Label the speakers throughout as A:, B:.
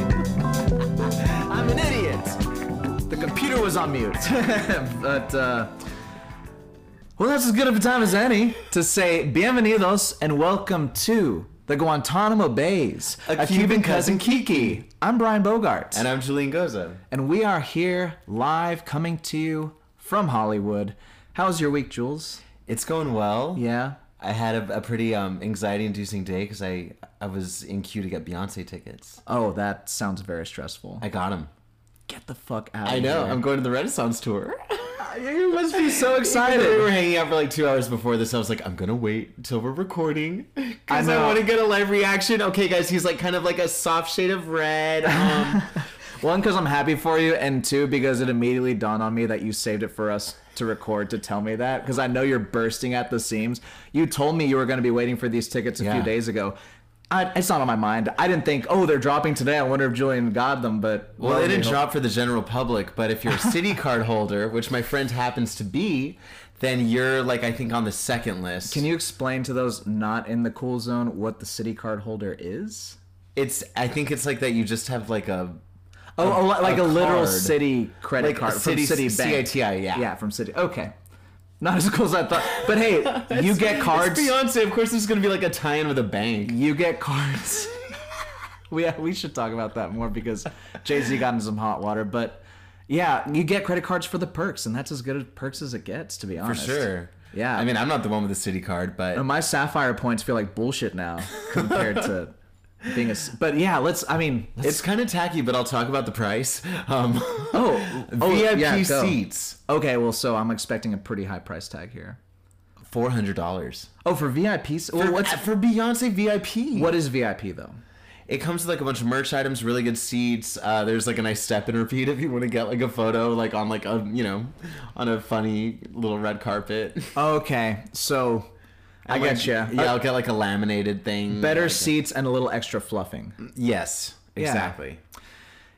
A: I'm an idiot. The computer was on mute. but, uh, well, that's as good of a time as any to say bienvenidos and welcome to the Guantanamo Bays,
B: A Cuban Cousin
A: Kiki. I'm Brian Bogart.
B: And I'm Julian Goza.
A: and we are here live coming to you from Hollywood. How's your week, Jules?
B: It's going well.
A: Yeah.
B: I had a, a pretty um, anxiety-inducing day because I I was in queue to get Beyonce tickets.
A: Oh, that sounds very stressful.
B: I got them.
A: Get the fuck out
B: I
A: of
B: know.
A: here.
B: I'm going to the Renaissance tour.
A: You must be so
B: we were
A: excited.
B: hanging out for like two hours before this. I was like, I'm gonna wait till we're recording because I,
A: know.
B: want to get a live reaction. Okay, guys, he's like kind of like a soft shade of red. Um,
A: One, because I'm happy for you, and two, because it immediately dawned on me that you saved it for us to record to tell me that, because I know you're bursting at the seams. You told me you were going to be waiting for these tickets a
B: Yeah.
A: few days ago. I, it's not on my mind. I didn't think, oh, they're dropping today. I wonder if Julian got them, but
B: Well,
A: lo
B: it
A: and
B: didn't
A: behold-
B: drop for the general public, but if you're a city card holder, which my friend happens to be, then you're like I think on the second list.
A: Can you explain to those not in the cool zone what the city card holder is?
B: It's I think it's like that. You just have like a
A: Oh, oh, like a,
B: a
A: literal
B: card.
A: city credit
B: Like a
A: card
B: city-
A: from Citibank.
B: CITI, yeah.
A: yeah, from City. Okay, not as cool as I thought. But hey, you get cards.
B: It's Beyonce, of course, there's gonna be like a tie-in with a bank.
A: You get cards. we uh, we should talk about that more because Jay Z got in some hot water. But yeah, you get credit cards for the perks, and that's as good at perks as it gets, to be honest. Yeah. Um,
B: I mean, I'm not the one with the city card, but
A: And my sapphire points feel like bullshit now compared to being a. s- But yeah, let's. I mean,
B: it's kind of tacky. But I'll talk about the price. Um,
A: oh, oh
B: VIP
A: yeah, go.
B: seats,
A: Okay, well, so I'm expecting a pretty high price tag here.
B: four hundred dollars.
A: Oh, for VIPs. Well, what's
B: for Beyonce VIP?
A: what is VIP though?
B: It comes with like a bunch of merch items, really good seats. Uh, there's like a nice step and repeat if you want to get like a photo, like on like a you know, on a funny little red carpet.
A: Okay, so I
B: Like,
A: get you.
B: Yeah, I'll get like a laminated thing.
A: better
B: Like-
A: seats and a little extra fluffing.
B: Yes, exactly.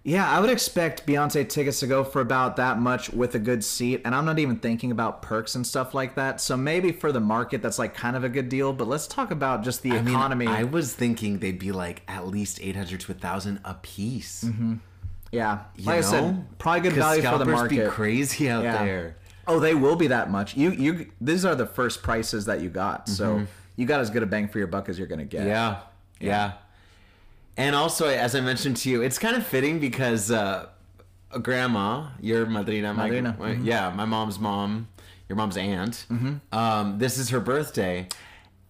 A: Yeah, I would expect Beyonce tickets to go for about that much with a good seat, and I'm not even thinking about perks and stuff like that. So maybe for the market, that's like kind of a good deal. But let's talk about just the
B: I mean,
A: economy.
B: I was thinking they'd be like at least eight hundred to thousand a piece.
A: yeah,
B: You
A: like I
B: know?
A: said, probably Mm-hmm. good
B: 'Cause
A: value for the
B: scalpers
A: market.
B: Be crazy out there.
A: Oh, they will be that much. You you these are the first prices that you got. So you got as good a bang for your buck as you're gonna get.
B: Mm-hmm. Yeah. Yeah. And also, as I mentioned to you, it's kind of fitting because uh, grandma, your madrina, my,
A: Madrina, Mm-hmm.
B: my- yeah, my mom's mom, your mom's aunt, um, this is her birthday.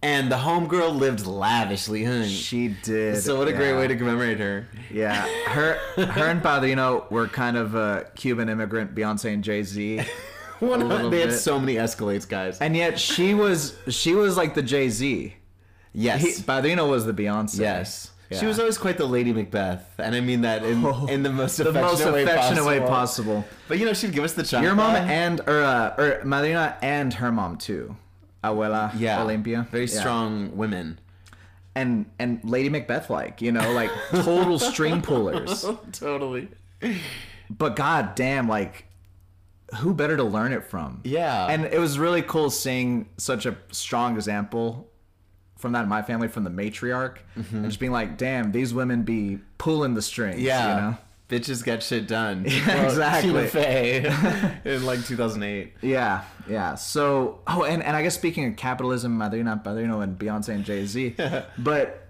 B: And the homegirl lived lavishly, huh?
A: She did.
B: So, what a great
A: yeah.
B: way to commemorate her.
A: Yeah. Her her and Padrino were kind of a Cuban immigrant, Beyonce and Jay Z.
B: One,
A: little
B: they had
A: bit.
B: so many escalates, guys.
A: And yet she was she was like the Jay Z.
B: yes.
A: Padrino was the Beyonce.
B: yes.
A: Yeah. Oh.
B: She was always quite the Lady Macbeth, and I mean that in, in the most
A: The
B: affectionate,
A: most
B: way,
A: affectionate
B: possible. Uh-huh.
A: way possible.
B: But you know, she'd give us the chocolate.
A: Your mom and or uh, or Madrina and her mom too. Abuela
B: yeah,
A: Olympia.
B: very
A: Yeah.
B: strong women.
A: and and Lady Macbeth like, you know, like total string pullers.
B: totally.
A: But god damn, like who better to learn it from?
B: Yeah.
A: And it was really cool seeing such a strong example from that in my family from the matriarch and just being like, damn, these women be pulling the strings.
B: yeah,
A: You know?
B: bitches get shit done.
A: exactly.
B: Tina Fey in like 2008.
A: Yeah, yeah. So, oh, and, and I guess speaking of capitalism, Madrina Padrino and Beyonce and Jay Z, but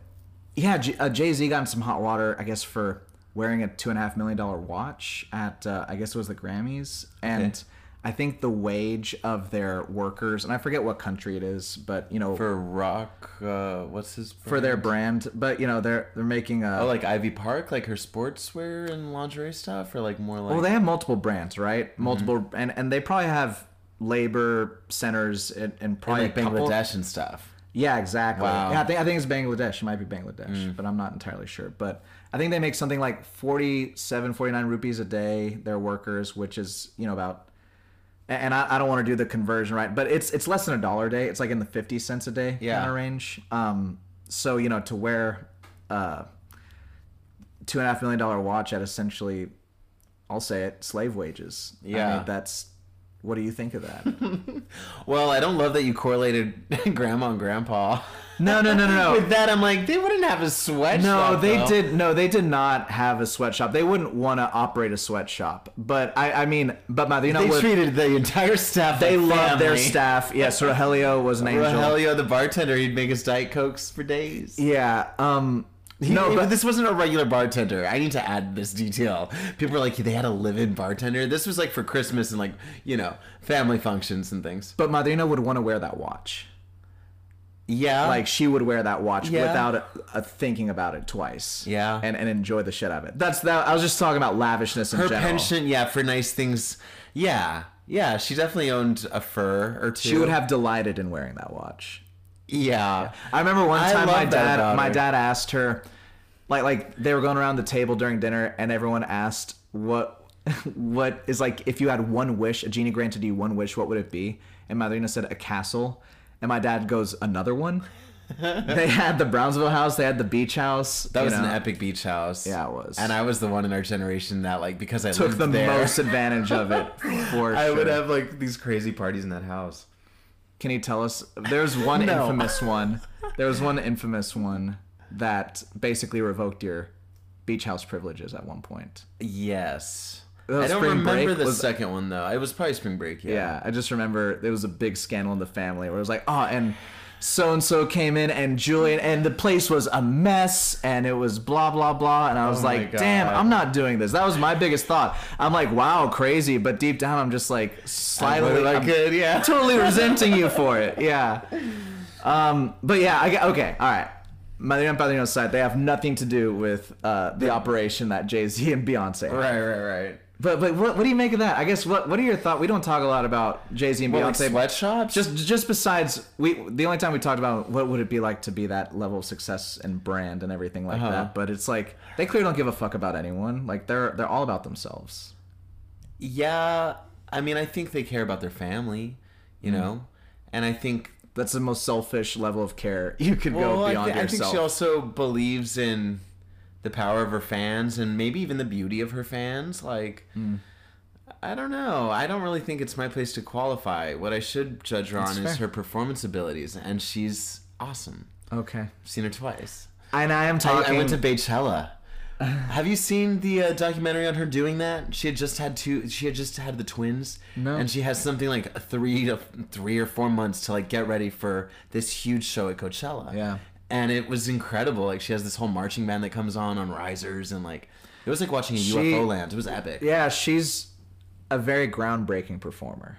A: yeah, J- uh, Jay Z got in some hot water, I guess, for wearing a two and a half million dollar watch at, uh, I guess it was the Grammys, and I think the wage of their workers, and I forget what country it is, but you know, for,
B: For rock, uh, what's his? Brand?
A: their brand, but you know, they're they're making a.
B: oh, like Ivy Park, like her sportswear and lingerie stuff, or like more like
A: Well, they have multiple brands, right? Multiple, and and they probably have labor centers and, and probably
B: like
A: a couple-
B: Bangladesh and stuff.
A: Yeah, exactly.
B: Wow. Mm.
A: Yeah, I think I think it's Bangladesh. It might be Bangladesh, but I'm not entirely sure. But I think they make something like 47, 49 rupees a day. Their workers, which is you know about, a- and I, I don't want to do the conversion right, but it's it's less than a dollar a day. It's like in the fifty cents a day
B: Yeah.
A: kind of range. Um, so you know to wear, uh, two and a half million dollar watch at essentially, I'll say it, slave wages. I
B: Yeah.
A: mean, that's What do you think of that?
B: Well, I don't love that you correlated grandma and grandpa.
A: No, no, no, no, no.
B: With that, I'm like, they wouldn't have a sweatshop.
A: No, they
B: though.
A: did. No, they did not have a sweatshop. They wouldn't want to operate a sweatshop. But I, I mean, but Madrina
B: They
A: would.
B: treated the entire staff.
A: they
B: like
A: loved their
B: family.
A: staff. Yeah, Rogelio was an angel.
B: Rogelio, the bartender, he'd make us diet cokes for days.
A: Yeah. Um.
B: He-
A: no, but
B: this wasn't a regular bartender. I need to add this detail. People were like, they had a live-in bartender. This was like for Christmas and like you know family functions and things.
A: but Madrina would want to wear that watch.
B: Yeah,
A: Like she would wear that watch
B: Yeah.
A: without uh thinking about it twice.
B: Yeah.
A: And and enjoy the shit out of it. That's that. I was just talking about lavishness in
B: her
A: general.
B: penchant. Yeah, for nice things. Yeah, yeah. She definitely owned a fur or two.
A: She would have delighted in wearing that watch.
B: Yeah.
A: I remember one
B: I
A: time
B: love
A: my
B: that
A: dad
B: about
A: my
B: her.
A: dad asked her like like they were going around the table during dinner and everyone asked what what is like if you had one wish, a genie granted you one wish, what would it be? And Madrina said a castle. And my dad goes, Another one? they had the Brownsville house, they had the beach house.
B: That was an epic beach house.
A: Yeah, it was.
B: And I was the one in our generation that, like, because I
A: took
B: lived
A: the
B: there,
A: most advantage of it for
B: I
A: sure.
B: would have like these crazy parties in that house.
A: Can you tell us? There's one
B: No.
A: infamous one. There was one infamous one that basically revoked your beach house privileges at one point.
B: Yes.
A: That was
B: I don't
A: spring
B: remember
A: break,
B: the
A: was-
B: second one though. It was probably spring break. Yeah.
A: Yeah, I just remember there was a big scandal in the family where it was like, oh, and so and so came in, and Julian, and the place was a mess, and it was blah blah blah, and I was
B: Oh my
A: like,
B: God.
A: damn, I'm not doing this. That was my biggest thought. I'm like, wow, crazy, but deep down, I'm just like slightly
B: Really
A: I'm-
B: good. Yeah.
A: totally resenting you for it. Yeah. Um, but yeah, I, got- okay, all right. Madrina and Padrino's side, they have nothing to do with uh, the operation that Jay Z and Beyonce. had.
B: Right. Right. Right.
A: But but what, what do you make of that? I guess what what are your thoughts? We don't talk a lot about Jay Z and
B: Well, like
A: Beyonce.
B: sweatshops.
A: just just besides we the only time we talked about what would it be like to be that level of success and brand and everything
B: Uh-huh.
A: like that. But it's like they clearly don't give a fuck about anyone. Like they're they're all about themselves.
B: yeah. I mean, I think they care about their family, you
A: Mm-hmm.
B: know, and I think
A: That's the most selfish level of care you could go
B: I
A: beyond
B: thi- I,
A: yourself.
B: think she also believes in the power of her fans and maybe even the beauty of her fans. Like,
A: Hmm.
B: I don't know. I don't really think it's my place to qualify. What I should judge her on is
A: fair.
B: her performance abilities, and she's awesome.
A: okay.
B: I've seen her twice.
A: And I am
B: I,
A: talking.
B: I went to Beychella. Have you seen the uh, documentary on her doing that? She had just had two. She had just had the twins,
A: No.
B: and she has something like three to three or four months to like get ready for this huge show at Coachella.
A: Yeah.
B: and it was incredible. Like she has this whole marching band that comes on on risers, and like it was like watching a
A: She-
B: UFO land. It was epic.
A: yeah, she's a very groundbreaking performer.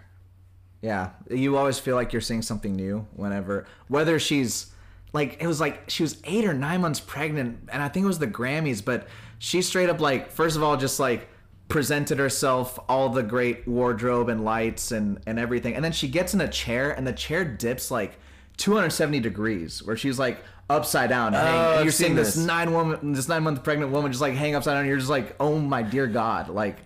A: Yeah, you always feel like you're seeing something new whenever, whether she's like, it was like she was eight or nine months pregnant, and I think it was the Grammys, but she straight up, like, first of all, just like presented herself all the great wardrobe and lights and, and everything. And then she gets in a chair, and the chair dips like 270 degrees, where she's like upside down. hanging, and
B: Oh, I've
A: you're seeing
B: seen
A: this
B: this.
A: nine woman, this nine month pregnant woman just like hang upside down. And you're just like, oh my dear God, like,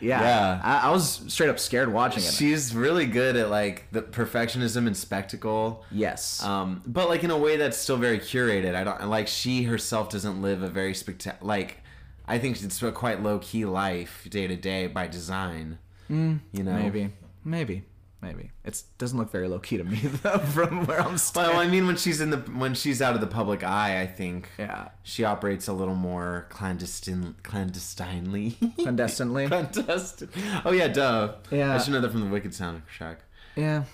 A: yeah,
B: Yeah.
A: I, I was straight up scared watching it.
B: She's really good at like the perfectionism and spectacle.
A: yes,
B: um, but like in a way that's still very curated. I don't like she herself doesn't live a very spectac like. I think it's a quite low key life day to day by design. you know,
A: Mm, maybe, maybe, maybe. It doesn't look very low key to me though, from where I'm standing.
B: Well, I mean, when she's in the when she's out of the public eye, I think
A: Yeah,
B: she operates a little more clandestine clandestinely.
A: clandestinely.
B: Clandestine. Oh yeah, duh.
A: Yeah.
B: I should know that from the Wicked soundtrack.
A: yeah,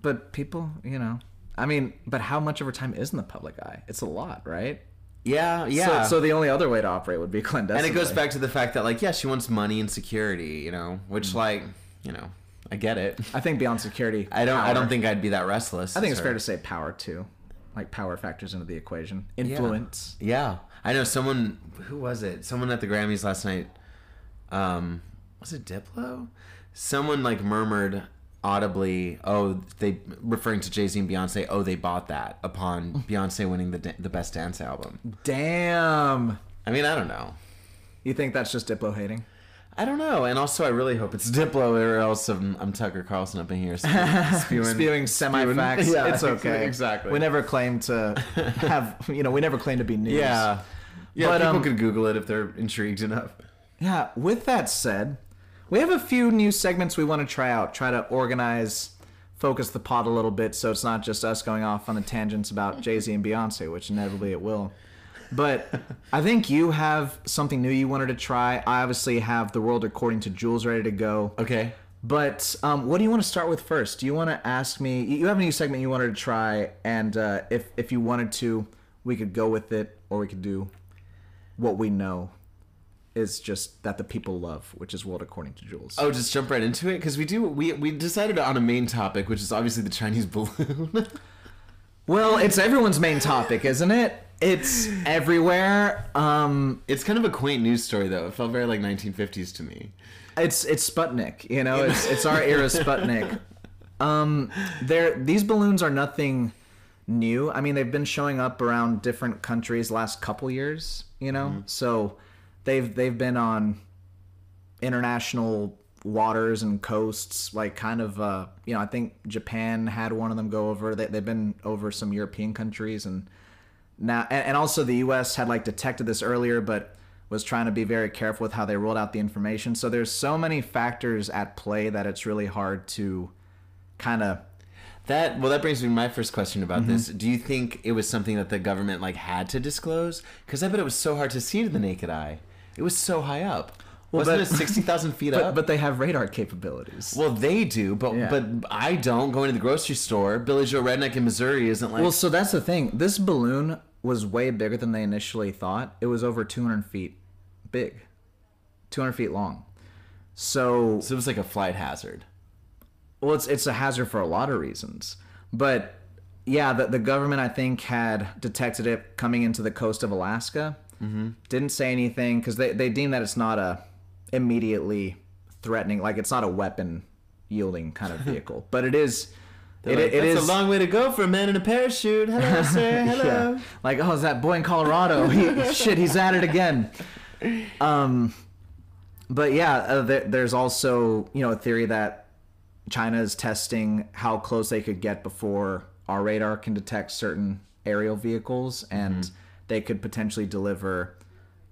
A: but people, you know, I mean, but how much of her time is in the public eye? It's a lot, right?
B: Yeah, yeah.
A: So, so the only other way to operate would be
B: and
A: clandestinely.
B: it goes back to the fact that like yeah, she wants money and security. You know, which
A: Mm.
B: like you know, I get it.
A: I think beyond security.
B: I don't. I
A: power.
B: don't think I'd be that restless.
A: I think it's fair to say power too, like power factors into the equation. Influence.
B: Yeah, I know someone. Who was it? Someone at the Grammys last night. Um, was it Diplo? Someone like murmured audibly, "Oh, they," referring to Jay Z and Beyonce. Oh, they bought that upon Beyonce winning the da- the best dance album.
A: Damn.
B: I mean, I don't know.
A: You think that's just Diplo hating?
B: I don't know, and also I really hope it's Diplo, or else I'm, I'm Tucker Carlson up in here spewing,
A: spewing semi facts.
B: Yeah,
A: it's okay.
B: exactly.
A: We never claim to have, you know, we never claim to be news.
B: Yeah, yeah.
A: But,
B: people
A: um,
B: could Google it if they're intrigued enough.
A: Yeah. With that said, We have a few new segments we want to try out, try to organize, focus the pod a little bit so it's not just us going off on the tangents about Jay Z and Beyonce, which inevitably it will. But I think you have something new you wanted to try. I obviously have The World According to Jules ready to go.
B: Okay.
A: But um, what do you want to start with first? Do you want to ask me? You you have a new segment you wanted to try, and uh, if if you wanted to, we could go with it, or we could do what we know is just that the people love, which is world according to Jules.
B: Oh, just jump right into it because we do. We we decided on a main topic, which is obviously the Chinese balloon.
A: Well, it's everyone's main topic, isn't it? It's everywhere. Um,
B: it's kind of a quaint news story, though. It felt very like 1950s to me.
A: it's it's Sputnik, you know. It's it's our era Sputnik. Um, there these balloons are nothing new. I mean, they've been showing up around different countries last couple years, you know. So they've they've been on international waters and coasts, like kind of uh, you know. I think Japan had one of them go over. They, they've been over some European countries and now and, and also the US had like detected this earlier but was trying to be very careful with how they rolled out the information so there's so many factors at play that it's really hard to kind of
B: That well, that brings me to my first question about
A: Mm-hmm.
B: this. Do you think it was something that the government like had to disclose? Because I bet it was so hard to see to the naked eye. It was so high up. Wasn't
A: but-
B: it sixty thousand feet
A: but,
B: up?
A: but they have radar capabilities
B: well, they do, but
A: Yeah.
B: but I don't. Going to the grocery store, Billy Joe Redneck in Missouri isn't like.
A: well so that's the thing this balloon was way bigger than they initially thought it was over 200 feet big 200 feet long so
B: so it was like a flight hazard.
A: well it's it's a hazard for a lot of reasons but yeah the, the government i think had detected it coming into the coast of alaska mm-hmm. didn't say anything because they, they deem that it's not a immediately threatening like it's not a weapon yielding kind of vehicle but it is it,
B: Like,
A: it
B: That's
A: is
B: a long way to go for a man in a parachute. Hello, sir. Hello.
A: yeah. Like, oh, is that boy in Colorado? He, shit, he's at it again. Um, but yeah, uh, there, there's also you know a theory that China is testing how close they could get before our radar can detect certain aerial vehicles, and they could potentially deliver,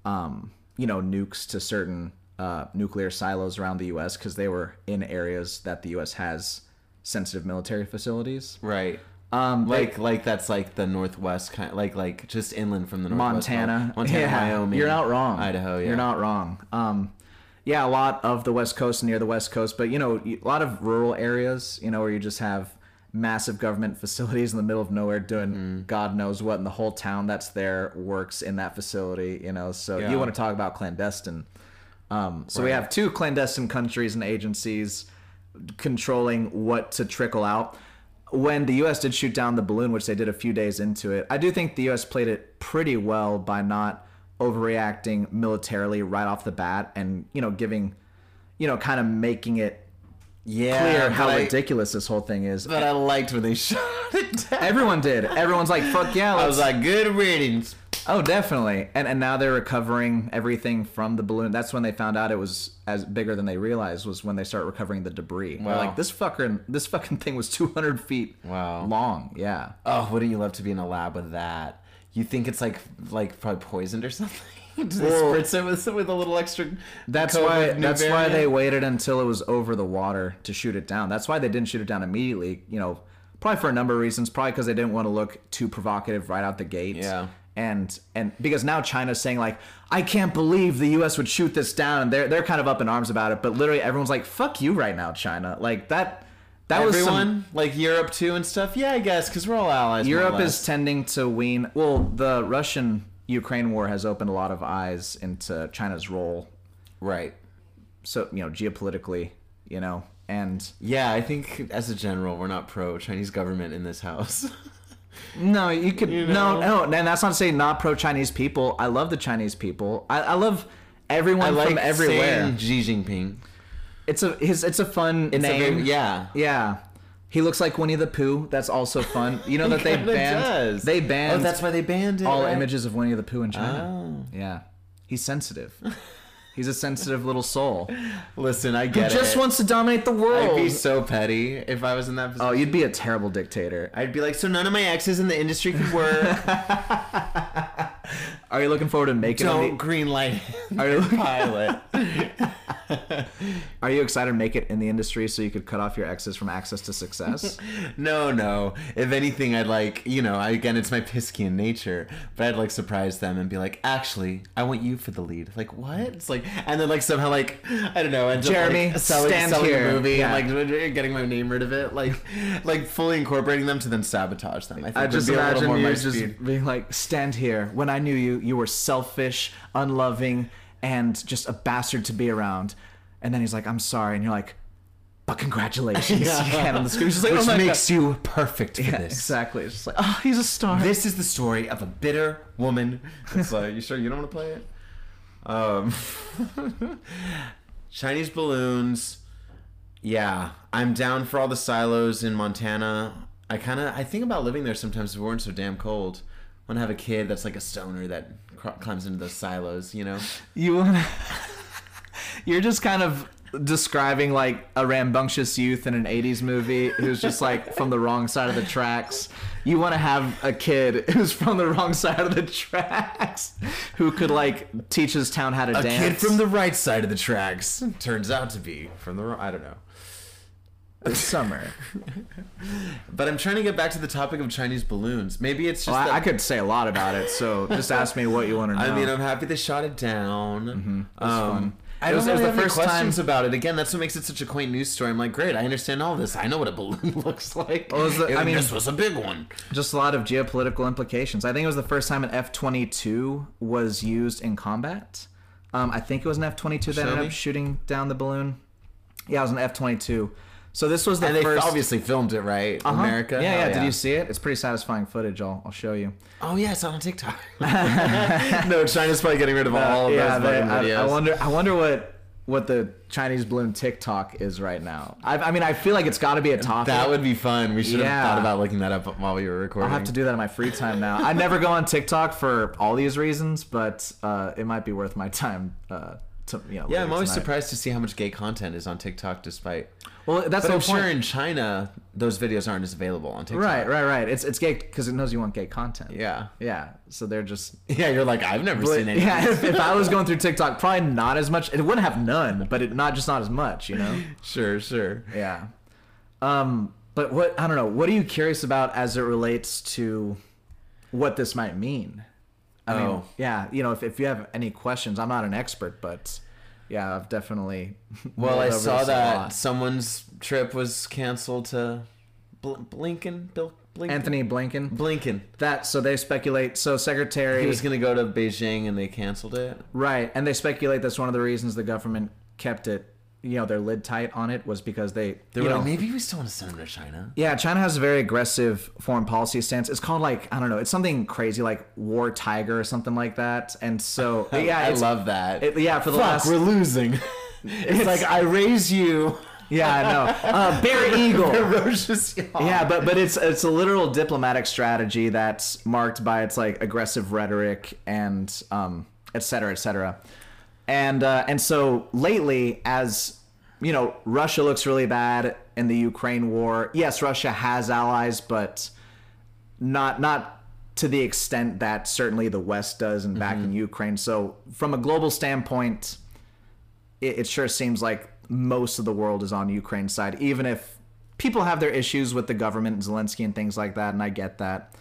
A: um, you know, nukes to certain uh, nuclear silos around the U.S. because they were in areas that the U.S. has sensitive military facilities.
B: Right.
A: Um, they-
B: Like like that's like the northwest kind like like just inland from the northwest.
A: Montana,
B: Montana,
A: Yeah,
B: Wyoming.
A: You're not wrong.
B: Idaho, yeah.
A: You're not wrong. Um, yeah, a lot of the West Coast near the West Coast, but you know, y- a lot of rural areas, you know, where you just have massive government facilities in the middle of nowhere doing
B: Mm.
A: God knows what, and the whole town that's there works in that facility, you know. So
B: Yeah.
A: you want to talk about clandestine. Um, so we have two clandestine countries and agencies controlling what to trickle out. When the U.S. did shoot down the balloon, which they did a few days into it, I do think the U.S. played it pretty well by not overreacting militarily right off the bat, and you know, giving, you know, kind of making it
B: yeah,
A: clear
B: but
A: how
B: I,
A: ridiculous this whole thing is.
B: But I liked when they shot it down.
A: Everyone did. Everyone's like, "Fuck yeah!"
B: I
A: Let's
B: was like, good riddance.
A: Oh, definitely. And and now they're recovering everything from the balloon. That's when they found out it was as bigger than they realized was when they start recovering the debris. They're
B: Wow.
A: like this fucker this fucking thing was 200 feet
B: Wow.
A: long. Yeah.
B: Oh, wouldn't you love to be in a lab with that? You think it's like like probably poisoned or something? Do they
A: Well-
B: spritz it with, with a little extra.
A: That's
B: COVID
A: why
B: new
A: that's why
B: variant?
A: they waited until it was over the water to shoot it down. That's why they didn't shoot it down immediately, you know, probably for a number of reasons, probably cuz they didn't want to look too provocative right out the gate.
B: Yeah.
A: And and because now China's saying like, I can't believe the US would shoot this down and they're they're kind of up in arms about it, but literally everyone's like, fuck you right now, China. Like that that was
B: Everyone
A: some,
B: like Europe too and stuff. Yeah, I guess because we're all allies. more or
A: Europe
B: less.
A: is tending to wean. Well, the Russian Ukraine war has opened a lot of eyes into China's role,
B: right.
A: so you know geopolitically, you know, and
B: Yeah, I think as a general, we're not pro Chinese government in this house.
A: no, you could
B: You
A: no, no, and that's not saying not pro Chinese people. I love the Chinese people. I, I love everyone
B: I like
A: from everywhere.
B: saying Xi Jinping.
A: It's a his, it's a fun
B: It's a
A: name.
B: very- yeah.
A: yeah. He looks like Winnie the Pooh. That's also fun. You know that they
B: kinda
A: banned
B: does.
A: they banned
B: Oh, that's why they banned it.
A: all
B: right?
A: images of Winnie the Pooh in China.
B: Oh.
A: Yeah. He's sensitive. He's a sensitive little soul.
B: Listen, I get
A: Just
B: it.
A: wants to dominate the
B: I'd
A: world.
B: be so petty if I was in that position.
A: oh, you'd be a terrible dictator.
B: I'd be like, so none of my exes in the industry could work.
A: Are you looking forward to making
B: Don't
A: on
B: green light
A: the, are you,
B: pilot.
A: Are you excited to make it in the industry so you could cut off your exes from access to success?
B: No, no. If anything, I'd like, you know, I, again, it's my Piskian nature, but I'd like surprise them and be like, actually, I want you for the lead. Like, what? It's like, and then like somehow like, I don't know, end up,
A: Jeremy,
B: like, selling,
A: stand
B: selling
A: here.
B: the movie
A: Yeah.
B: and like getting my name rid of it, like, like fully incorporating them to then sabotage them. I, think
A: I
B: would
A: just
B: be a little
A: imagine
B: more
A: you
B: my
A: just
B: speed.
A: being like, stand here. When I knew you, you were selfish, unloving, and just a bastard to be around. And then he's like, I'm sorry. And you're like, but congratulations.
B: Yeah.
A: You can on the screen. She's like,
B: which
A: oh my
B: makes you perfect for
A: God. Yeah,
B: this.
A: exactly. It's just like, oh, he's a star.
B: This is the story of a bitter woman. It's like, you sure you don't want to play it? Um, Chinese balloons. Yeah, I'm down for all the silos in Montana. I kind of I think about living there sometimes if it weren't so damn cold. I want to have a kid that's like a stoner that cr- climbs into those silos, you know?
A: you wanna you're just kind of describing like a rambunctious youth in an 80s movie who's just like from the wrong side of the tracks you want to have a kid who's from the wrong side of the tracks who could like teach his town how to
B: A
A: dance
B: kid from the right side of the tracks turns out to be from the wrong. I don't know.
A: the summer
B: But I'm trying to get back to the topic of Chinese balloons. Maybe it's just
A: well,
B: that
A: I, I could say a lot about it so just ask me what you want to know
B: I mean, I'm happy they shot it down. Mm-hmm.
A: fun. It
B: I
A: was-
B: don't
A: it was
B: really
A: the
B: have any
A: first time-
B: questions about it. Again, that's what makes it such a quaint news story. I'm like, great, I understand all this. I know what a balloon looks like.
A: Well, it was the-
B: And
A: I mean-
B: this was a big one.
A: just a lot of geopolitical implications. I think it was the first time an F twenty two was used in combat. Um, I think it was an F twenty two that ended
B: Shelby?
A: up shooting down the balloon. Yeah, it was an F twenty two. So this was the
B: And they
A: first
B: obviously filmed it, right?
A: Uh-huh.
B: America.
A: Yeah,
B: Hell
A: yeah, Did you see it? It's pretty satisfying footage. I'll, I'll show you.
B: Oh yeah, it's on TikTok. no, China's probably getting rid of all of
A: Uh, yeah,
B: those fucking
A: they-
B: videos.
A: I, I wonder. I wonder what what the Chinese balloon TikTok is right now. I, I mean, I feel like it's got to be a topic.
B: that would be fun. We should
A: Yeah.
B: have thought about looking that up while we were recording.
A: I have to do that in my free time now. I never go on TikTok for all these reasons, but uh, it might be worth my time. Uh, to, you know,
B: Yeah,
A: later
B: I'm always
A: tonight.
B: surprised to see how much gay content is on TikTok, despite.
A: Well, that's
B: But
A: the
B: I'm
A: point.
B: sure in China those videos aren't as available on TikTok.
A: Right, right, right. It's it's gay because it knows you want gay content.
B: Yeah.
A: yeah. So they're just.
B: Yeah, you're like I've never seen any.
A: yeah, if, if I was going through TikTok, probably not as much. It wouldn't have none, but it not just not as much, you know.
B: Sure, sure.
A: Yeah. Um, but what I don't know. What are you curious about as it relates to what this might mean? I mean,
B: Oh.
A: yeah, you know, if, if you have any questions, I'm not an expert, but yeah, I've definitely.
B: Well,
A: mulled
B: I
A: over
B: saw
A: this a
B: that
A: lot.
B: someone's trip was canceled to Bl- Blinken, Bill Blinken,
A: Anthony Blinken.
B: Blinken.
A: That so they speculate. So secretary
B: He was gonna go to Beijing and they canceled it.
A: Right, and they speculate that's one of the reasons the government kept it, you know, their lid tight on it was because they,
B: They
A: you
B: were
A: know,
B: like, maybe we still want to send him to China.
A: yeah, China has a very aggressive foreign policy stance. It's called like I don't know, it's something crazy like War Tiger or something like that. And so yeah,
B: I
A: it's-
B: love that.
A: it, yeah for the
B: Fuck,
A: last
B: we're losing. it's, like I raise you,
A: yeah I know uh, Bear Eagle.
B: ferocious. yawn.
A: Yeah, but but it's it's a literal diplomatic strategy that's marked by its like aggressive rhetoric and um et cetera et cetera, and uh, and so lately as you know Russia looks really bad in the Ukraine war. Yes, Russia has allies, but not not to the extent that certainly the West does and back
B: Mm-hmm.
A: in Ukraine. So from a global standpoint, it, it sure seems like most of the world is on Ukraine's side, even if people have their issues with the government and Zelensky and things like that, and I get that.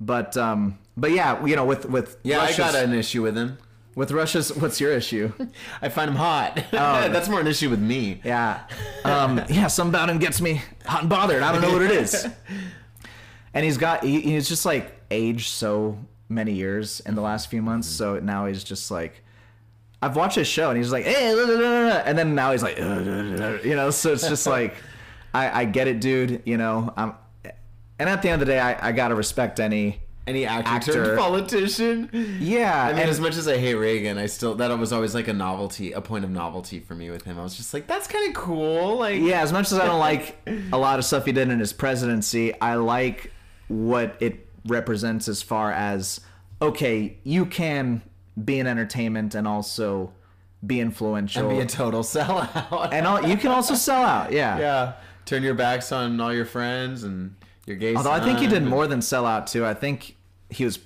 A: But um, but yeah, you know, with with
B: yeah, I
A: Russia's,
B: got an issue with him.
A: with Russia's. What's your issue?
B: I find him hot.
A: Oh.
B: That's more an issue with me.
A: Yeah. Um, yeah, some about him gets me hot and bothered. I don't know what it is. And he's got, he, he's just like aged so many years in the last few months. So now he's just like, I've watched his show and he's like, "Eh, hey, blah, blah, blah, blah," and then now he's like, "Uh, uh, uh," you know, so it's just like, I, I get it, dude. You know, I'm, and at the end of the day, I, I got to respect any.
B: Any actor,
A: Actor.
B: turned politician.
A: Yeah.
B: I mean,
A: and-
B: as much as I hate Reagan, I still that was always like a novelty, a point of novelty for me with him. I was just like, that's kind of cool. Like,
A: Yeah, as much as I don't like a lot of stuff he did in his presidency, I like what it represents as far as okay, you can be in entertainment and also be influential.
B: be a
A: And,
B: total sellout.
A: all, you can also sell out, yeah.
B: yeah, turn your backs on all your friends and your gay.
A: Although I think he
B: son
A: did
B: and-
A: more than sell out too. I think he was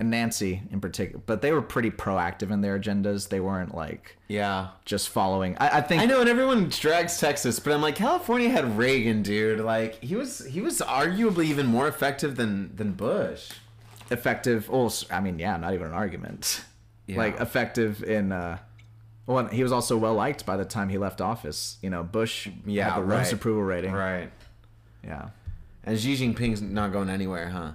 A: Nancy in particular, but they were pretty proactive in their agendas. They weren't like
B: Yeah.
A: just following. I, I think
B: I know, and everyone drags Texas, but I'm like, California had Reagan, dude. Like he was, he was arguably even more effective than than Bush.
A: effective. Well, s- I mean, yeah, not even an argument.
B: Yeah.
A: Like effective in. uh well, he was also well liked by the time he left office. You know, Bush
B: Yeah,
A: had the
B: right.
A: most approval rating.
B: Right.
A: Yeah,
B: And Xi Jinping's not going anywhere, huh?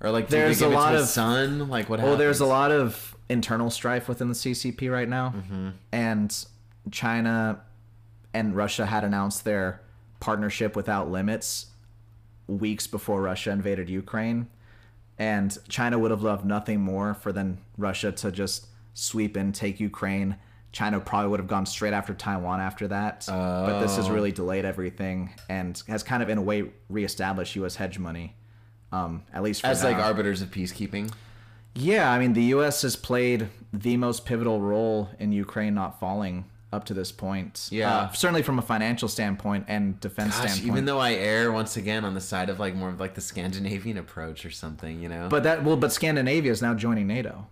B: Or like, do
A: There's
B: they give
A: a
B: it to
A: lot
B: his
A: of-
B: son. Like what?
A: Well, Oh, there's a
B: happens?
A: lot of internal strife within the CCP right now,
B: Mm-hmm.
A: and China and Russia had announced their partnership without limits weeks before Russia invaded Ukraine, and China would have loved nothing more for than Russia to just sweep in, take Ukraine. China probably would have gone straight after Taiwan after that, but this has
B: Oh.
A: really delayed everything and has kind of, in a way, reestablished U.S. hegemony. Um, at least for
B: as like
A: now.
B: arbiters of peacekeeping.
A: Yeah, I mean, the U.S. has played the most pivotal role in Ukraine not falling up to this point.
B: Yeah.
A: Uh, certainly from a financial standpoint and defense
B: Gosh,
A: standpoint.
B: even though I err once again on the side of like more of like the Scandinavian approach or something, you know.
A: but that well, but Scandinavia is now joining NATO,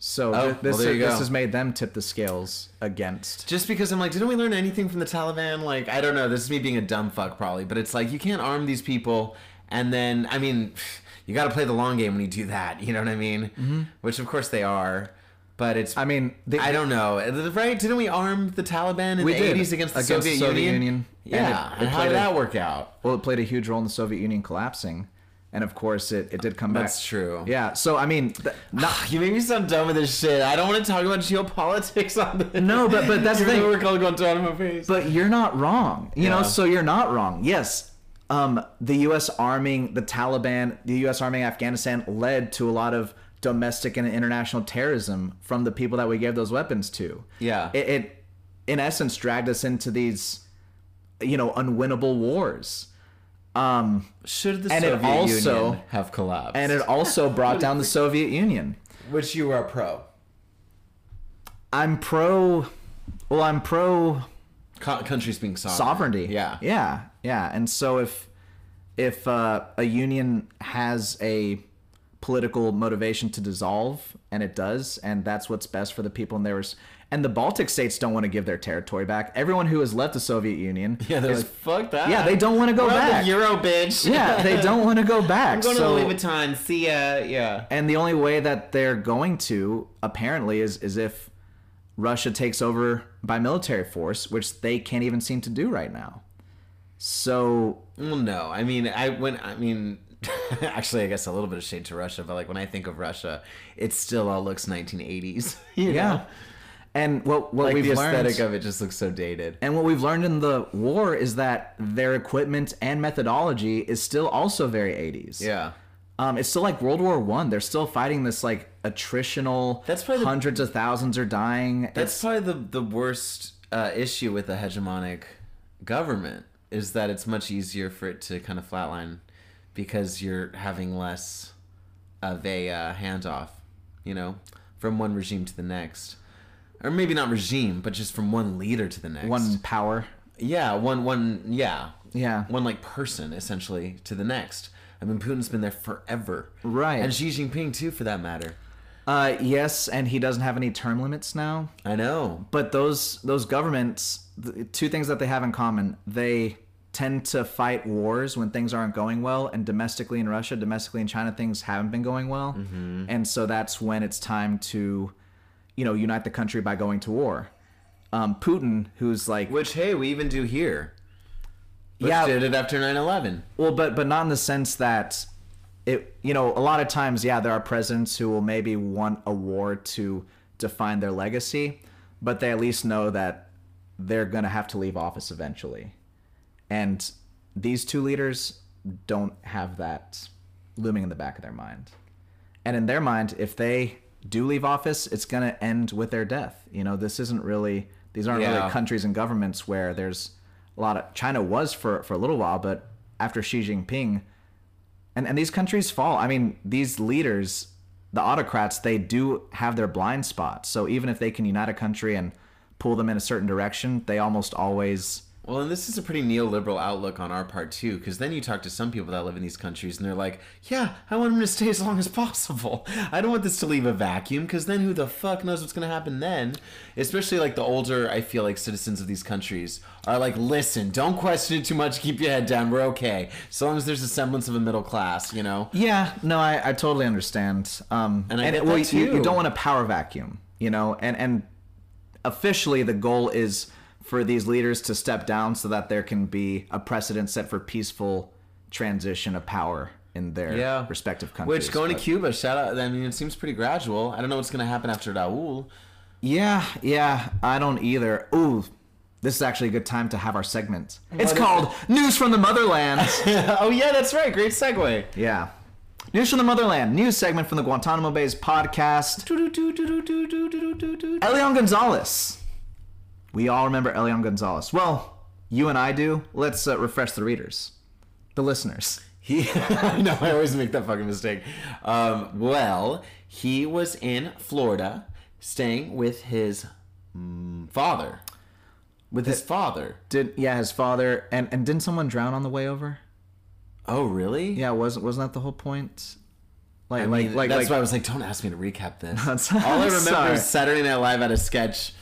A: so
B: Oh,
A: thi- this
B: well, there you
A: this
B: go.
A: has made them tip the scales against.
B: just because I'm like, didn't we learn anything from the Taliban? Like, I don't know. This is me being a dumb fuck, probably, but it's like you can't arm these people, and then I mean, you got to play the long game when you do that. You know what I mean? Which of course they are, but it's
A: Mm-hmm. I mean, they,
B: I don't know, right? Didn't we arm the Taliban in
A: We
B: the
A: did,
B: '80s against the
A: against
B: Soviet,
A: the Soviet
B: Union?
A: Union, and
B: Yeah,
A: it-
B: and,
A: it
B: how
A: played
B: did
A: a-
B: that work out?
A: well, it played a huge role in the Soviet Union collapsing, and of course, it, it did come back.
B: That's true.
A: Yeah. So I mean, th- not,
B: You make me sound dumb with this shit. I don't want to talk about geopolitics on this.
A: No, but- but that's the
B: Even though
A: thing.
B: We're all going down in my face.
A: But you're not wrong. You
B: Yeah.
A: know, so you're not wrong. Yes. Um, the US arming the Taliban, the US arming Afghanistan led to a lot of domestic and international terrorism from the people that we gave those weapons to.
B: Yeah.
A: It, it in essence dragged us into these you know, unwinnable wars. Um
B: Should the
A: And it
B: Soviet
A: also-
B: Union have collapsed?
A: and it also brought down the Soviet Union.
B: which you are pro
A: I'm pro well, I'm pro
B: Co- countries being sovereign.
A: sovereignty.
B: Yeah.
A: yeah, yeah. And so if if uh, a union has a political motivation to dissolve, and it does, and that's what's best for the people, and there was, and the Baltic states don't want to give their territory back. Everyone who has left the Soviet Union,
B: Yeah, they're
A: is-
B: like fuck that.
A: yeah, they don't want to go
B: We're on the
A: back.
B: Euro bitch.
A: yeah, they don't want to go back.
B: I'm going
A: so,
B: to Louis Vuitton. See ya. Yeah.
A: and the only way that they're going to apparently is is if Russia takes over by military force, which they can't even seem to do right now. So
B: Well, no. I mean, I when I mean, actually, I guess a little bit of shade to Russia, but like when I think of Russia, it still all looks 1980s. you
A: yeah,
B: know?
A: and what what
B: Like
A: we've
B: the
A: learned
B: aesthetic of it just looks so dated.
A: and what we've learned in the war is that their equipment and methodology is still also very 80s.
B: Yeah.
A: Um, it's still like World War One. They're still fighting this like attritional.
B: That's probably the-
A: hundreds of thousands are dying.
B: That's probably the the worst uh, issue with a hegemonic government is that it's much easier for it to kind of flatline because you're having less of a uh, handoff, you know, from one regime to the next, or maybe not regime, but just from one leader to the next.
A: one power.
B: yeah, one, one, yeah,
A: Yeah.
B: one like person essentially to the next. I mean, Putin's been there forever,
A: Right.
B: And Xi Jinping too, for that matter.
A: Uh, yes, and he doesn't have any term limits now.
B: I know.
A: but those those governments the two things that they have in common they tend to fight wars when things aren't going well and domestically in russia domestically in china things haven't been going well and so that's when it's time to you know unite the country by going to war um, putin who's like
B: Which hey, we even do here. Bush
A: yeah
B: did it after 9-11.
A: Well, but but not in the sense that it. You know, a lot of times, yeah, there are presidents who will maybe want a war to define their legacy, but they at least know that they're gonna have to leave office eventually, and these two leaders don't have that looming in the back of their mind. And in their mind, if they do leave office, it's gonna end with their death. You know, this isn't really these aren't
B: Yeah.
A: really countries and governments where there's a lot of China was for for a little while, but after Xi Jinping, and and these countries fall. I mean, these leaders, the autocrats, they do have their blind spots. So even if they can unite a country and pull them in a certain direction, they almost always
B: Well, and this is a pretty neoliberal outlook on our part too, because then you talk to some people that live in these countries, and they're like, "Yeah, I want him to stay as long as possible. I don't want this to leave a vacuum, because then who the fuck knows what's gonna happen then? Especially like the older, I feel like citizens of these countries are like, listen, don't question it too much. Keep your head down. We're okay, so long as there's a semblance of a middle class, you know."
A: Yeah, no, I, I totally understand. Um,
B: And I get
A: well,
B: that
A: you- You,
B: too.
A: don't want a power vacuum, you know, and and officially the goal is for these leaders to step down so that there can be a precedent set for peaceful transition of power in their
B: Yeah.
A: respective countries.
B: Which going
A: but-
B: to Cuba, shout out. I mean, it seems pretty gradual. I don't know what's gonna happen after Raul.
A: Yeah, yeah, I don't either. Ooh, this is actually a good time to have our segment. It's
B: Mother-
A: called News from the Motherland.
B: oh yeah, that's right. Great segue.
A: yeah. News from the Motherland, news segment from the Guantanamo Bay's podcast. Elion Gonzalez. We all remember Elion Gonzalez. Well, you and I do. Let's uh, refresh the readers, the listeners.
B: He, I know, I always make that fucking mistake. Um, well, he was in Florida, staying with his mm, father, with
A: Uh,
B: his father.
A: Did yeah, his father and and didn't someone drown on the way over?
B: Oh, really?
A: Yeah, wasn't wasn't that the whole point? Like
B: I
A: like
B: mean,
A: like
B: that's
A: like
B: why I was like, don't ask me to recap this.
A: That's-
B: All I
A: I'm
B: remember
A: sorry.
B: is Saturday Night Live had a sketch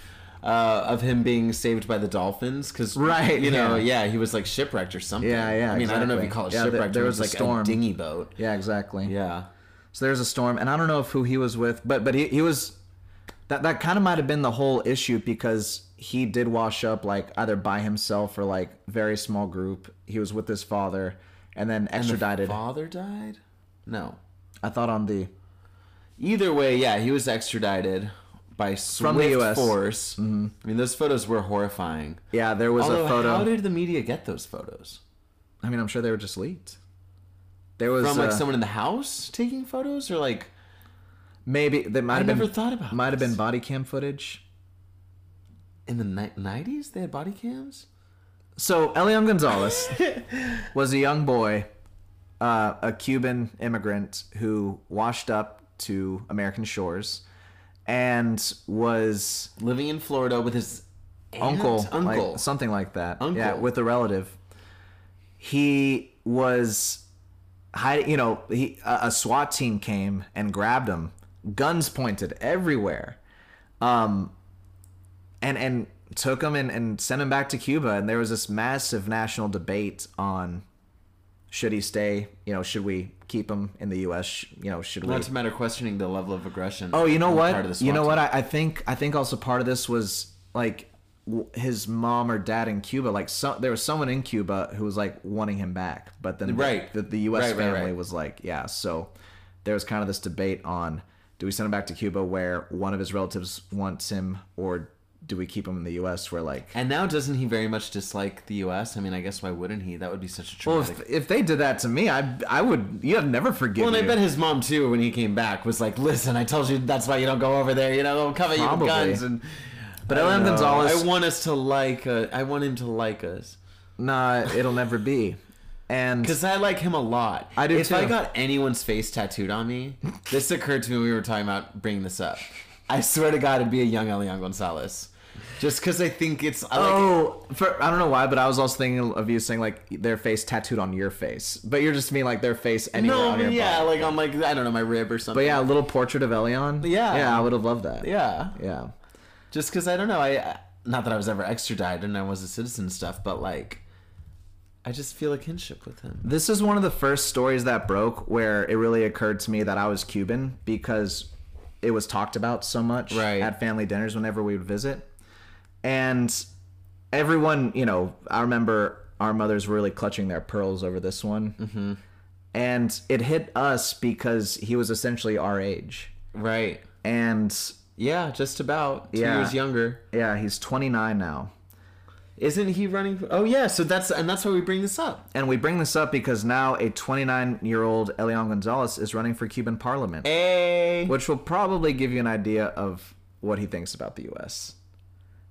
B: uh, of him being saved by the dolphins because,
A: Right,
B: you know,
A: yeah.
B: yeah. he was like shipwrecked or something.
A: Yeah, yeah,
B: I mean, I don't know if
A: exactly.
B: you call it
A: Yeah, there-
B: shipwrecked.
A: there
B: it
A: was a
B: like
A: storm.
B: a dinghy boat.
A: yeah, exactly.
B: Yeah.
A: So there's a storm, and I don't know if who he was with, but but he, he was that that kind of might have been the whole issue because he did wash up like either by himself or like very small group. He was with his father, and then extradited.
B: Father died? No.
A: I thought on the
B: Either way, yeah, he was extradited by Swift
A: the US.
B: force. Mm-hmm. I mean, those photos were horrifying.
A: yeah there was
B: Although,
A: a photo.
B: how did the media get those photos?
A: I mean, I'm sure they were just leaked. There was
B: From like
A: uh,
B: someone in the house taking photos, or like
A: maybe that might
B: I
A: have
B: never
A: been
B: thought about.
A: might have
B: this.
A: been body cam footage.
B: in the nineties. They had body cams.
A: So Elian Gonzalez was a young boy, uh, a Cuban immigrant who washed up to American shores, and was
B: Living in Florida with his aunt?
A: uncle, like-
B: uncle.
A: something like that. Yeah,
B: Uncle.
A: with a relative. He was hiding. You know, he a a SWAT team came and grabbed him, guns pointed everywhere, um, and and took him and, and sent him back to Cuba. And there was this massive national debate on should he stay. You know, should we keep him in the U.S. Sh- You know, should we?
B: Not to matter questioning the level of aggression.
A: Oh, you know
B: on the
A: what?
B: part of the
A: you know
B: SWAT
A: what?
B: team.
A: I, I think I think also part of this was like w- his mom or dad in Cuba. Like, so, there was someone in Cuba who was like wanting him back, but then the-
B: Right.
A: the, the, U.S.
B: Right, right,
A: family
B: right.
A: was like, yeah. So there was kind of this debate on do we send him back to Cuba where one of his relatives wants him, or do we keep him in the U.S. where like.
B: And now doesn't he very much dislike the U.S.? I mean, I guess why wouldn't he? That would be such a
A: Well,
B: traumatic
A: if, if they did that to me, I I would you'd never forgive
B: Well, and
A: you.
B: I bet his mom too, when he came back, was like, "Listen, I told you that's why you don't go over there. You know, they'll cover you with
A: Probably.
B: guns." And
A: But
B: I don't
A: Elian
B: know.
A: Gonzalez-
B: I want us to like. Uh, I want him to like us
A: nah, it'll never be. And
B: because I like him a lot.
A: I do,
B: If I
A: too.
B: got anyone's face tattooed on me, this occurred to me. when We were talking about bringing this up. I swear to God, it'd be a young Elian Gonzalez, just because I think it's. I like,
A: Oh, for, I don't know why, but I was also thinking of you saying like their face tattooed on your face, but you're just meaning like their face anywhere
B: no,
A: on
B: but
A: your
B: yeah,
A: body.
B: like on like I don't know my rib or something.
A: But yeah, a little portrait of Elion.
B: Yeah.
A: yeah, I would have loved that.
B: yeah.
A: yeah.
B: just because I don't know. I I- not that I was ever extradited and I was a citizen and stuff, but like, I just feel a kinship with him.
A: This is one of the first stories that broke where it really occurred to me that I was Cuban because it was talked about so much
B: Right.
A: at family dinners whenever we would visit. And everyone, you know, I remember our mothers were really clutching their pearls over this one. Mm-hmm. And it hit us because he was essentially our age.
B: Right.
A: And
B: Yeah, just about two
A: Yeah.
B: years younger.
A: yeah, he's 29 now.
B: Isn't he running? For, oh yeah, so that's and that's why we bring this up.
A: And we bring this up because now a 29 year old Elian Gonzalez is running for Cuban parliament.
B: Hey.
A: which will probably give you an idea of what he thinks about the U.S.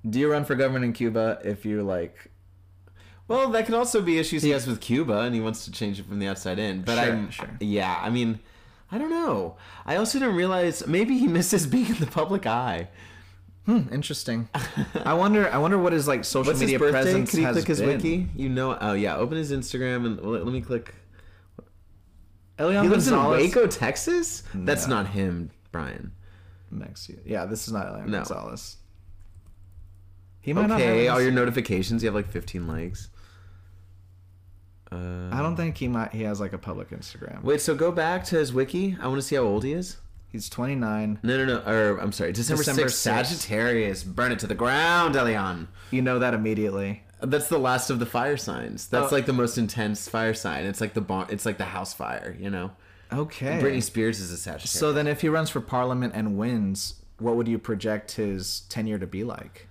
A: Do you run for government in Cuba if you like?
B: Well, that could also be issues he has with Cuba, and he wants to change it from the outside in. But
A: Sure,
B: I'm,
A: sure.
B: yeah, I mean, I don't know. I also didn't realize maybe he misses being in the public eye.
A: Hmm, interesting. I wonder. I wonder what his like social
B: What's
A: media
B: his birthday?
A: presence
B: Can you
A: has
B: click his
A: been.
B: wiki? You know. Oh yeah. Open his Instagram and let, let me click.
A: Elian
B: He lives in
A: Gonzalez.
B: Waco, Texas. That's
A: No.
B: not him, Brian.
A: Next year. Yeah, this is not Elian
B: No.
A: Gonzalez. He might not.
B: Okay.
A: have
B: All
A: his-
B: your notifications. You have like 15 likes. Uh,
A: I don't think he might. He has like a public Instagram.
B: wait. So go back to his wiki. I want to see how old he is.
A: He's 29.
B: No, no, no. Or I'm sorry. December,
A: December
B: 6th,
A: 6th.
B: Sagittarius. Burn it to the ground, Elion.
A: You know that immediately.
B: That's the last of the fire signs. That's
A: Oh.
B: like the most intense fire sign. It's like the bon- It's like the house fire. You know.
A: Okay.
B: Britney Spears is a Sagittarius.
A: So then, if he runs for parliament and wins, what would you project his tenure to be like?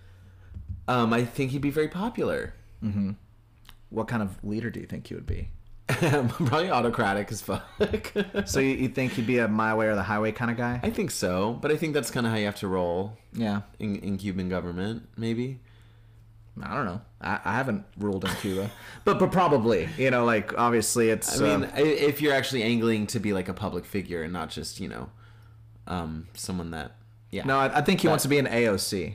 B: um, I think he'd be very popular.
A: What kind of leader do you think he would be?
B: Probably autocratic as fuck.
A: So you, you think he'd be a my way or the highway kind of guy?
B: I think so, but I think that's kind of how you have to roll
A: Yeah.
B: in, in Cuban government, maybe.
A: I don't know. I, I haven't ruled in Cuba, but but probably you know like obviously it's. uh,
B: I mean, i- if you're actually angling to be like a public figure and not just you know, um, someone that yeah.
A: no, I, I think he wants to be an AOC.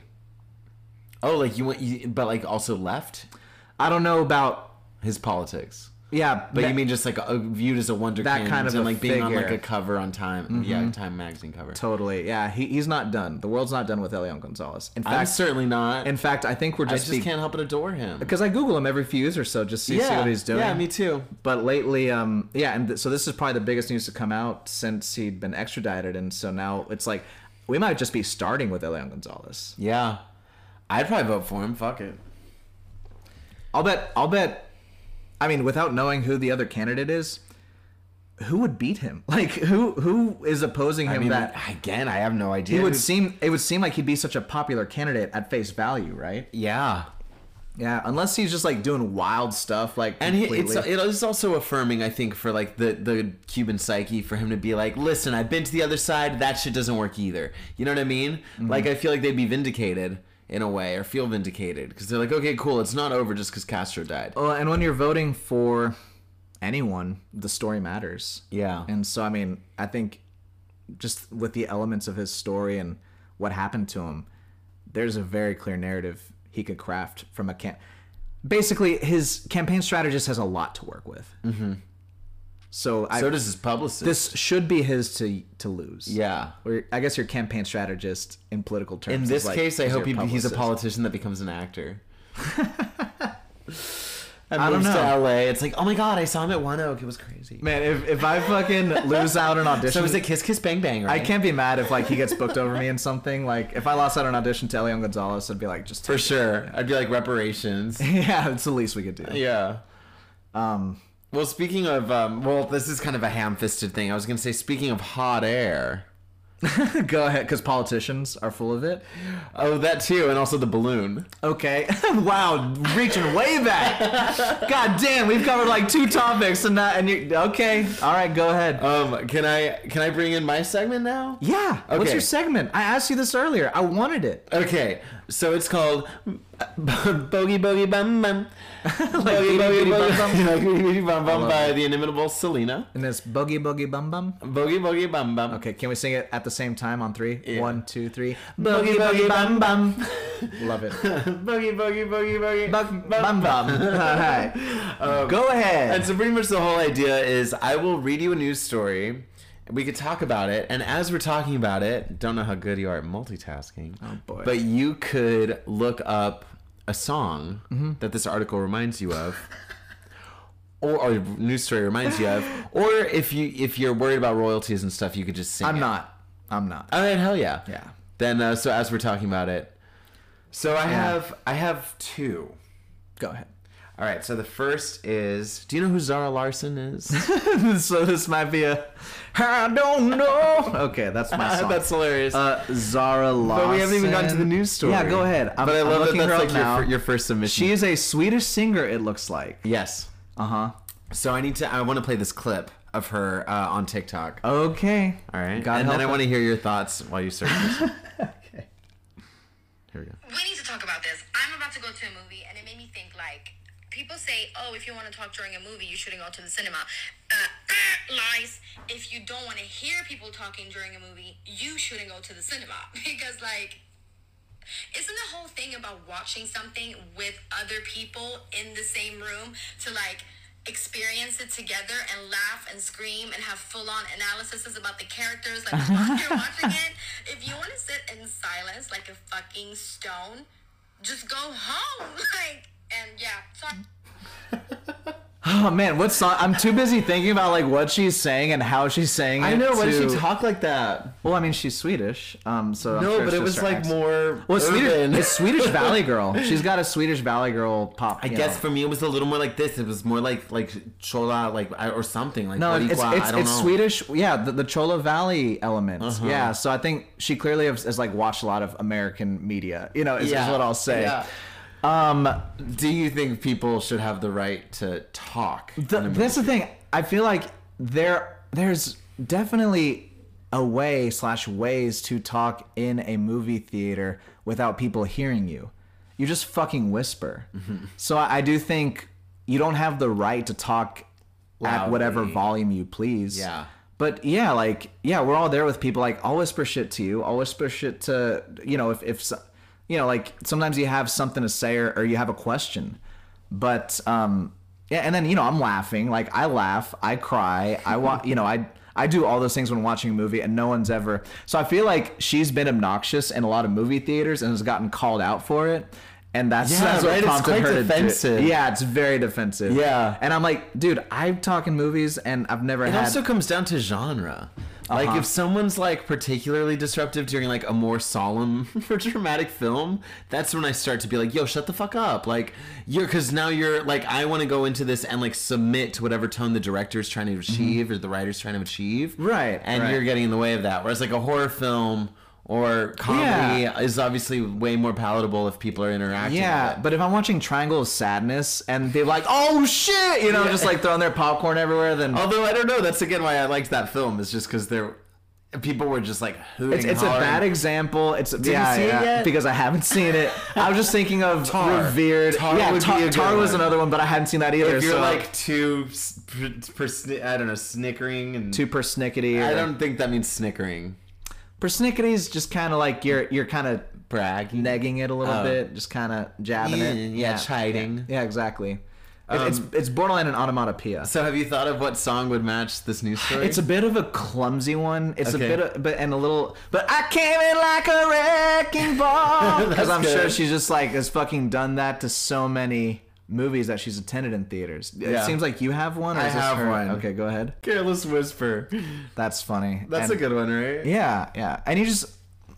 B: Oh, like you want, you, but like also left
A: I don't know about
B: his politics.
A: yeah,
B: But
A: that-
B: you mean just like a, viewed as a wonder
A: That
B: kind
A: kind of
B: and
A: a
B: like being on like
A: figure. Mm-hmm.
B: a cover on Time, yeah, Time magazine cover.
A: totally yeah. He, he's not done. The world's not done with Elian Gonzalez. In
B: I'm
A: fact,
B: certainly not.
A: in
B: And
A: fact, I think we're
B: I
A: just
B: just can't help but adore him.
A: because I Google him every few years or so just to see what he's doing.
B: Yeah, me too.
A: But lately, um, yeah, and th- so this is probably the biggest news to come out since he'd been extradited, and so now it's like we might just be starting with Elian Gonzalez.
B: Yeah, I'd probably vote for him. Fuck it.
A: I'll bet. I'll bet. I mean, without knowing who the other candidate is, who would beat him? Like, who who is opposing him?
B: I mean,
A: that
B: again, I have no idea.
A: it would
B: who-
A: seem it would seem like he'd be such a popular candidate at face value, right?
B: yeah,
A: Yeah, unless he's just like doing wild stuff, like
B: and he, it's
A: completely-
B: it is also affirming, I think, for like the the Cuban psyche for him to be like, listen, I've been to the other side. That shit doesn't work either. You know what I mean? Like, I feel like they'd be vindicated in a way, or feel vindicated because they're like, okay, cool, it's not over just because Castro died.
A: Well, and when you're voting for anyone, the story matters.
B: Yeah.
A: And so, I mean, I think just with the elements of his story and what happened to him, there's a very clear narrative he could craft from a camp. Basically, his campaign strategist has a lot to work with. Mm-hmm. So, I,
B: so does his publicist.
A: this should be his to to lose.
B: yeah.
A: Or I guess your campaign strategist in political terms.
B: In
A: is
B: this
A: like-
B: case, I
A: is
B: hope he,
A: your
B: he's a
A: publicist.
B: politician that becomes an actor.
A: I don't
B: Moves
A: know.
B: To LA, it's like, oh my god, I saw him at One Oak. It was crazy.
A: Man, if, if I fucking lose out an audition,
B: So it was a kiss, kiss, bang, bang.
A: I
B: Right?
A: can't be mad if like he gets booked over me in something. Like if I lost out on an audition to Elian Gonzalez, I'd be like, just
B: for sure. I'd be like reparations.
A: yeah, it's the least we could do.
B: yeah.
A: Um,
B: Well, speaking of, um, well, this is kind of a ham-fisted thing. I was gonna say, speaking of hot air.
A: go ahead, because politicians are full of it. Uh,
B: Oh, that too, and also the balloon.
A: Okay, wow, reaching way back. God damn, we've covered like two topics and that. And you okay? All right, go ahead.
B: Um, can I can I bring in my segment now?
A: Yeah. What's
B: okay.
A: your segment? I asked you this earlier. I wanted it.
B: Okay, so it's called Bogey Bogey Bum Bum.
A: Beady Beady
B: Bogey Bogey
A: Bum Bum.
B: Bum Like, Beady Beady Bum Bum by the inimitable Selena.
A: And this boogie boogie bum bum.
B: Bogey Bogey Bum Bum.
A: Okay, can we sing it at the same time on three?
B: Yeah.
A: One, two, three.
B: Boogie Boogie Bum Bum.
A: Love it.
B: Boogie Boogie Boogie Boogie.
A: Bum bum. bum. All right. go ahead.
B: Um, And so pretty much the whole idea is I will read you a news story. and We could talk about it, and as we're talking about it, don't know how good you are at multitasking.
A: Oh, boy.
B: But you could look up a song
A: Mm-hmm.
B: that this article reminds you of, or, or a news story reminds you of, or if you if you're worried about royalties and stuff, you could just sing.
A: I'm
B: it.
A: not. I'm not.
B: All right, hell yeah.
A: Yeah.
B: Then uh, so as we're talking about it, so I have I have two.
A: Go ahead.
B: All right, so the first is do you know who Zara Larson is?
A: so this might be a. I don't know. Okay, that's my song.
B: that's hilarious.
A: uh, Zara Larson.
B: but we haven't even gotten to the news story.
A: Yeah, go ahead. I'm,
B: but I
A: I'm
B: love that
A: looking her
B: that's
A: up
B: like
A: now.
B: your, fir- your first submission.
A: she is a Swedish singer. It looks like.
B: yes.
A: Uh
B: Uh-huh.
A: huh.
B: So I need to. I want to play this clip of her uh, on TikTok.
A: Okay.
B: All right.
A: Oh, God
B: and
A: help
B: then I
A: us.
B: want to hear your thoughts while you search. This. Here we go.
C: we need to talk about this. I'm about to go to a movie, and it made me think like people say, oh, if you want to talk during a movie, you shouldn't go to the cinema. Uh, lies. If you don't want to hear people talking during a movie, you shouldn't go to the cinema because like Isn't the whole thing about watching something with other people in the same room to like experience it together and laugh and scream and have full on analyses about the characters? Like while you're watching it, if you want to sit in silence like a fucking stone, just go home. Like and yeah, so
A: Oh man, what song? I'm too busy thinking about like what she's saying and how she's saying it.
B: I know. Why does she
A: to-
B: talk like that?
A: Well, I mean, she's Swedish, um, so I'm
B: No,
A: sure
B: but
A: it's just
B: it was
A: her
B: like
A: accent.
B: more.
A: Well, it's
B: urban.
A: Swedish, it's Swedish Valley Girl. She's got a Swedish Valley Girl pop.
B: I guess for me it was a little more like this. It was more like like chola like I- or something like
A: No,
B: boricua,
A: it's it's,
B: I don't
A: it's
B: know. Uh-huh.
A: Swedish. Yeah, the, the Chola Valley element. Yeah, so I think she clearly has, has like watched a lot of American media. You know, is, is
B: Yeah,
A: what I'll say.
B: yeah.
A: Um,
B: Do you think people should have the right to talk?
A: the,
B: in a
A: that's the thing. I feel like there there's definitely a way slash ways to talk in a movie theater without people hearing you. You just fucking whisper.
B: Mm-hmm.
A: So I, I do think you don't have the right to talk at whatever
B: Loudly.
A: volume you please.
B: Yeah.
A: But yeah, like yeah, we're all there with people. Like I'll whisper shit to you. I'll whisper shit to you know if if s- you know like sometimes you have something to say or, or you have a question, but um yeah, and then you know I'm laughing. Like I laugh, I cry, I want you know I I do all those things when watching a movie, and no one's ever. So I feel like she's been obnoxious in a lot of movie theaters and has gotten called out for it. And that's,
B: Yeah,
A: that's
B: right,
A: what
B: it's
A: prompted
B: quite
A: her to
B: defensive.
A: do. Yeah, it's very defensive.
B: Yeah.
A: and I'm like, dude, I talk in movies, and I've never
B: It
A: had.
B: also comes down to genre. Like
A: Uh-huh.
B: if someone's like particularly disruptive during like a more solemn or dramatic film, that's when I start to be like, "Yo, shut the fuck up!" Like you're because now you're like, I want to go into this and like submit to whatever tone the director's trying to achieve or the writer's trying to achieve,
A: Mm-hmm. Right,
B: And
A: right.
B: you're getting in the way of that. Whereas like a horror film or comedy is obviously way more palatable if people are interacting.
A: Yeah,
B: with it.
A: but if I'm watching Triangle of Sadness and they're like, "Oh shit," you know, just like throwing their popcorn everywhere, then
B: Although I don't know, that's again why I liked that film. Is just because there, people were just like hooting.
A: it's, it's a
B: hollering.
A: bad example. It's
B: you
A: yeah,
B: see it
A: yeah,
B: yet?
A: because I haven't seen it. I was just thinking of
B: Tar.
A: revered.
B: Tar
A: yeah,
B: would
A: Tar,
B: be a good
A: Tar was
B: one.
A: another one, but I hadn't seen that either.
B: If you're
A: so uh,
B: like too, s- per, per, sni- I don't know, snickering and
A: too persnickety, or,
B: I don't think that means snickering.
A: persnickety is just kind of like you're you're kind of
B: Brag.
A: negging it a little
B: Oh.
A: bit, just kind of jabbing
B: Yeah,
A: it.
B: yeah, chiding. Um,
A: Yeah, exactly. It- it's it's borderline an onomatopoeia.
B: So have you thought of what song would match this news story?
A: It's a bit of a clumsy one. It's
B: Okay.
A: a bit, of, but and a little. But I came in like a wrecking ball because
B: That's
A: I'm sure
B: good.
A: she's just like has fucking done that to so many movies that she's attended in theaters. It
B: Yeah.
A: seems like you have one. Or
B: I
A: is this
B: have
A: her?
B: one.
A: Okay, go ahead.
B: careless whisper.
A: That's funny.
B: That's
A: And-
B: a good one, right?
A: Yeah, yeah. And you just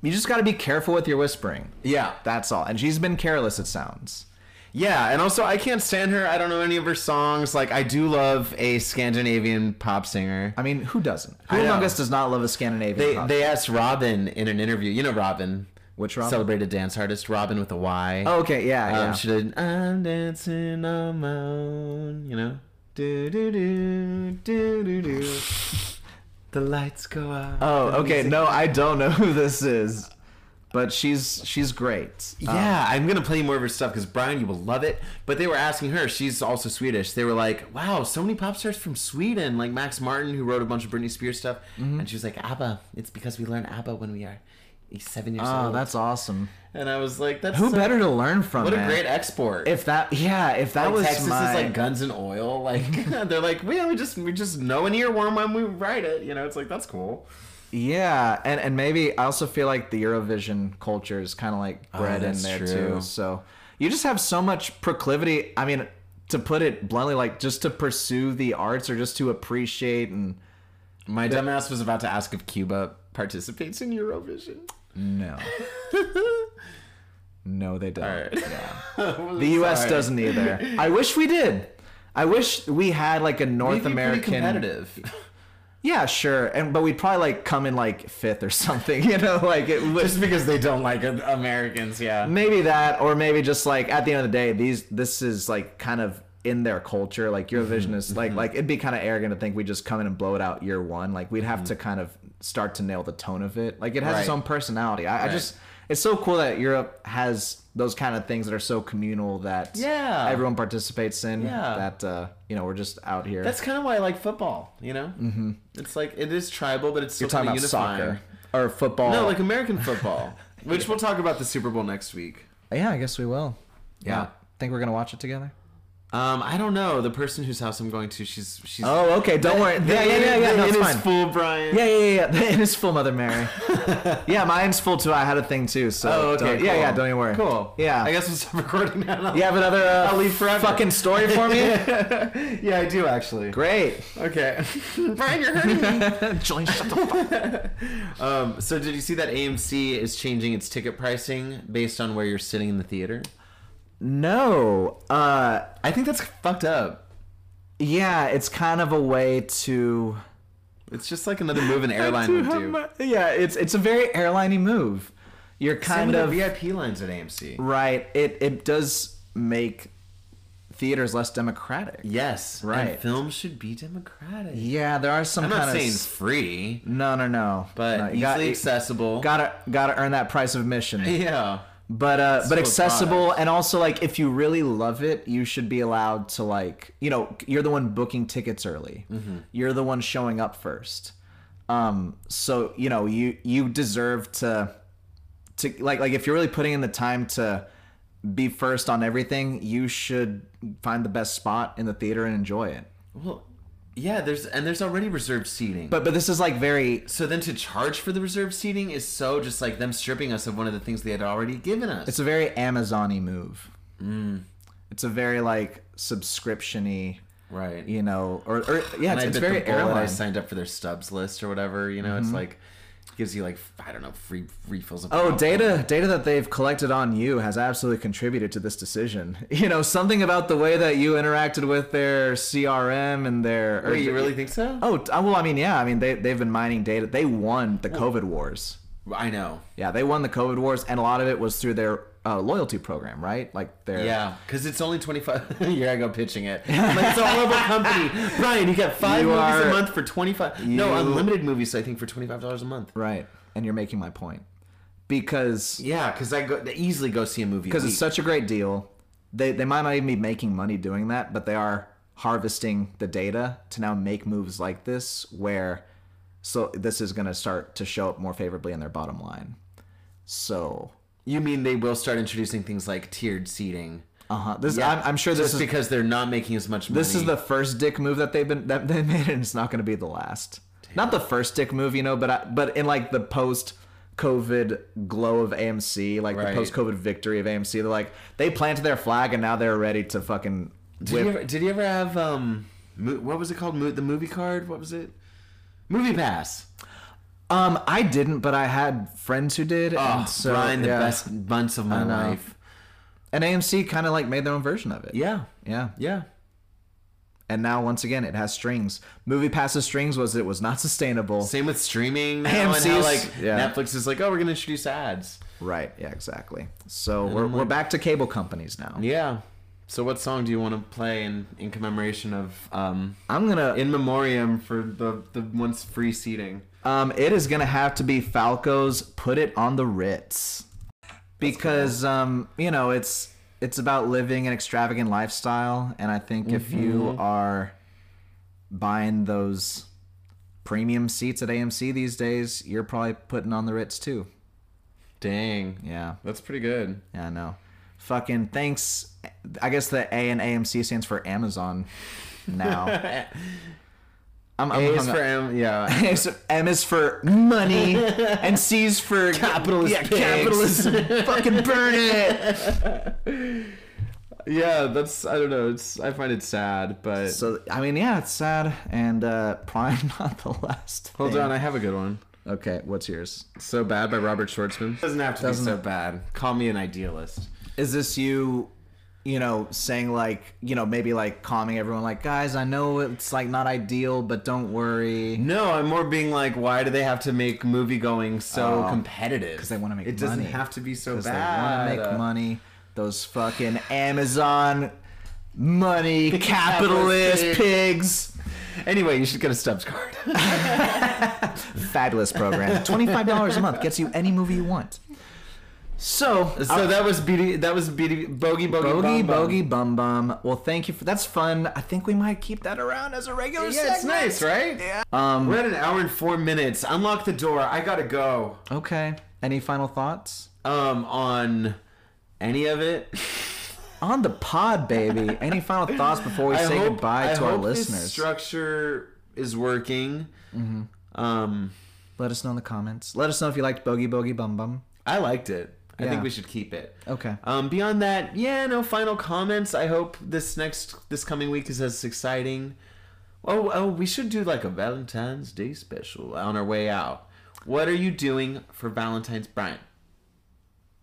A: you just got to be careful with your whispering.
B: Yeah.
A: That's all. And she's been careless. It sounds.
B: Yeah, and also I can't stand her. I don't know any of her songs. Like I do love a Scandinavian pop singer.
A: I mean, who doesn't?
B: I
A: Who among
B: know.
A: us does not love a Scandinavian?
B: They
A: pop?
B: they asked Robin in an interview. You know Robin,
A: Which Robin?
B: celebrated dance artist Robin with a Y.
A: Oh, okay, yeah,
B: Um,
A: yeah.
B: She did "I'm Dancing on My Own," you know. Do do do do do do. The lights go out.
A: Oh,
B: the
A: okay.
B: music-
A: No, I don't know who this is, but she's she's great. Um,
B: Yeah, I'm gonna play more of her stuff because Brian, you will love it. But they were asking her; she's also Swedish. They were like, "Wow, so many pop stars from Sweden, like Max Martin, who wrote a bunch of Britney Spears stuff."
A: Mm-hmm.
B: And she was like, "ABBA. It's because we learn ABBA when we are seven years
A: oh,
B: old."
A: that's awesome.
B: and I was like, "That's
A: Who
B: so-
A: better to learn from?
B: What a
A: man?
B: great export!"
A: If that, yeah, if that
B: Like,
A: was
B: Texas
A: my,
B: is like guns and oil. Like they're like, yeah, we just we just know an earworm when we write it. You know, it's like that's cool.
A: yeah, and and maybe I also feel like the Eurovision culture is kind of like bred in
B: Oh, that's
A: there
B: true.
A: too. So you just have so much proclivity. I mean, to put it bluntly, like just to pursue the arts or just to appreciate and
B: My dumbass was about to ask if Cuba participates in Eurovision.
A: no, no, they don't.
B: All right.
A: Yeah. The U.S.
B: Sorry.
A: doesn't either. I wish we did. I wish we had like a
B: We'd be
A: North
B: pretty
A: American.
B: competitive.
A: Yeah, sure. And but we'd probably like come in like fifth or something. You know, like it would.
B: Just because they don't like uh, Americans, yeah.
A: maybe that, or maybe just like at the end of the day, these this is like kind of in their culture. Like
B: Mm-hmm.
A: Eurovision is like like it'd be kind of arrogant to think we just come in and blow it out year one. Like we'd have to kind of start to nail the tone of it. Like it has its
B: Mm-hmm. Right.
A: own personality. I, I
B: Right.
A: just it's so cool that Europe has those kind of things that are so communal that
B: Yeah.
A: everyone participates in.
B: Yeah.
A: That uh, you know we're just out here.
B: That's kind of why I like football. You know, mm-hmm. it's like it is tribal, but it's still
A: You're talking
B: kinda
A: about
B: unifying.
A: soccer or football.
B: No, like American football. Which we'll talk about the Super Bowl next week.
A: Yeah, I guess we will.
B: Yeah.
A: Think we're gonna watch it together?
B: Um, I don't know the person whose house I'm going to. She's she's.
A: Oh, okay. Don't worry.
B: The
A: Yeah, yeah, yeah,
B: inn-
A: yeah.
B: the
A: No, it's
B: inn is
A: fine.
B: full, Brian.
A: Yeah, yeah, yeah, yeah. The inn is full, Mother Mary. yeah, my inn's full too. I had a thing too. So
B: Oh, okay.
A: don't- yeah,
B: cool.
A: yeah. Don't you worry.
B: Cool.
A: Yeah.
B: I guess we'll stop recording now.
A: You have another uh,
B: I'll leave forever.
A: fucking story for me.
B: yeah, I do actually.
A: Great.
B: Okay. Brian, you're hurting me.
A: Julian, shut the fuck.
B: Um, so did you see that AMC is changing its ticket pricing based on where you're sitting in the theater?
A: No. Uh,
B: I think that's fucked up.
A: yeah, it's kind of a way to.
B: It's just like another move an airline would do.
A: Yeah, it's it's a very airliney move. You're
B: Same
A: kind
B: with
A: of
B: the VIP lines at AMC.
A: right. It it does make theaters less democratic.
B: Yes, and
A: Right.
B: film should be democratic.
A: Yeah, there are some
B: I'm
A: kind
B: not
A: of
B: saying
A: s-
B: free,
A: no, no, no.
B: but
A: no,
B: easily accessible.
A: gotta gotta earn that price of admission.
B: yeah.
A: But uh, but
B: a
A: accessible and also like if you really love it, you should be allowed to like you know you're the one booking tickets early. You're the one showing up first. Um, so you know you you deserve to to like like if you're really putting in the time to be first on everything, you should find the best spot in the theater and enjoy it.
B: Well, yeah. There's and there's already reserved seating.
A: But but this is like very
B: so then to charge for the reserved seating is so just like them stripping us of one of the things they had already given us.
A: It's a very Amazon-y move. It's a very like subscription-y,
B: right.
A: you know, or, or yeah,
B: And
A: it's,
B: I
A: it's
B: bit
A: very
B: the bullet I
A: airline. Mm-hmm.
B: signed up for their stubs list or whatever. You know, it's like gives you like I don't know free refills of.
A: Oh,
B: popcorn.
A: data data that they've collected on you has absolutely contributed to this decision. You know, something about the way that you interacted with their CRM and their. or-
B: Wait, you really think so?
A: Oh, t- well, I mean, yeah, I mean, they they've been mining data. They won the COVID wars.
B: I know.
A: Yeah, they won the COVID wars, and a lot of it was through their uh, loyalty program, right? Like their
B: Yeah, because it's only twenty five. Here I go pitching it. I'm like, it's a horrible company, Brian. You get five
A: You
B: movies
A: are-
B: a month for twenty five. No, unlimited movies. I think for twenty five dollars a month.
A: right. And you're making my point because
B: Yeah, because I go they easily go see a movie
A: because it's
B: a week.
A: such a great deal. They they might not even be making money doing that, but they are harvesting the data to now make moves like this where so this is going to start to show up more favorably in their bottom line. So,
B: You mean they will start introducing things like tiered seating?
A: uh-huh. This
B: Yeah.
A: I'm, I'm sure this
B: Just
A: is
B: because they're not making as much money.
A: this is the first dick move that they've been that they made and it's not going to be the last. Not the first dick move, you know, but I, but in like the post COVID glow of AMC, like
B: Right.
A: the post COVID victory of AMC, they're like they planted their flag and now they're ready to fucking
B: Did you, ever, did you ever have um, mo- what was it called? Mo- the movie card? What was it? Movie pass.
A: Um, I didn't, but I had friends who did,
B: Oh,
A: and so
B: Brian, the
A: yeah.
B: best months of my
A: know.
B: life.
A: And AMC kind of like made their own version of it.
B: Yeah,
A: yeah.
B: yeah.
A: And now once again, it has strings. Movie passes strings was it was not sustainable.
B: Same with streaming now and how
A: AMC's
B: like
A: yeah.
B: Netflix is like, oh, we're gonna introduce ads.
A: Right? Yeah, exactly. So we're, we're back to cable companies now.
B: Yeah. So what song do you want to play in, in commemoration of um,
A: I'm gonna.
B: in memoriam for the the once free seating?
A: Um, it is gonna have to be Falco's "Put It on the Ritz," because um, you know it's it's about living an extravagant lifestyle, and I think if you are buying those premium seats at AMC these days, you're probably putting on the Ritz too.
B: Dang.
A: Yeah,
B: That's pretty good.
A: yeah, I know. Fucking thanks. I guess the A and AMC stands for Amazon. Now, I'm, I'm
B: A is
A: hung up.
B: for M. Yeah.
A: Yes, M is for money, and C's for
B: Capitalist
A: Yeah,
B: pigs.
A: capitalism. Fucking burn it.
B: Yeah. That's I don't know. It's I find it sad, but
A: So I mean, yeah, it's sad, and uh, probably not the last.
B: hold
A: thing.
B: on. I have a good one.
A: Okay, what's yours?
B: So bad by Robert Schwartzman. Doesn't have to
A: Doesn't-
B: be so bad. Call me an idealist.
A: Is this you? You know, saying like, you know, maybe like calming everyone, like, guys, I know it's like not ideal, but don't worry.
B: No, I'm more being like, why do they have to make movie going so
A: Oh.
B: competitive?
A: 'Cause they wanna make
B: It doesn't
A: money.
B: have to be so
A: Because they want
B: bad.
A: to make money. Those fucking Amazon money capitalist
B: Capitalist
A: pigs.
B: Anyway, you should get a Stubbs card.
A: fabulous program. Twenty-five dollars a month gets you any movie you want. So,
B: so that was BD. That was BD. Bogey, bogey,
A: bogey,
B: bum, bum.
A: bogey, bum bum. Well, thank you for that's fun. I think we might keep that around as a regular.
B: Yeah, it's
A: segment.
B: nice, right? Yeah.
A: Um,
B: We're at an hour and four minutes. Unlock the door. I gotta go.
A: okay. Any final thoughts
B: Um, on any of it.
A: on the pod, baby? Any final thoughts before we say goodbye
B: I
A: to our
B: hope this
A: listeners?
B: structure is working.
A: Mm-hmm.
B: Um,
A: Let us know in the comments. Let us know if you liked Bogey Bogey Bum Bum.
B: I liked it. I
A: Yeah.
B: think we should keep it.
A: Okay.
B: Um, beyond that, yeah, no final comments. I hope this next this coming week is as exciting. Oh, oh, we should do like a Valentine's Day special on our way out. What are you doing for Valentine's, Brian?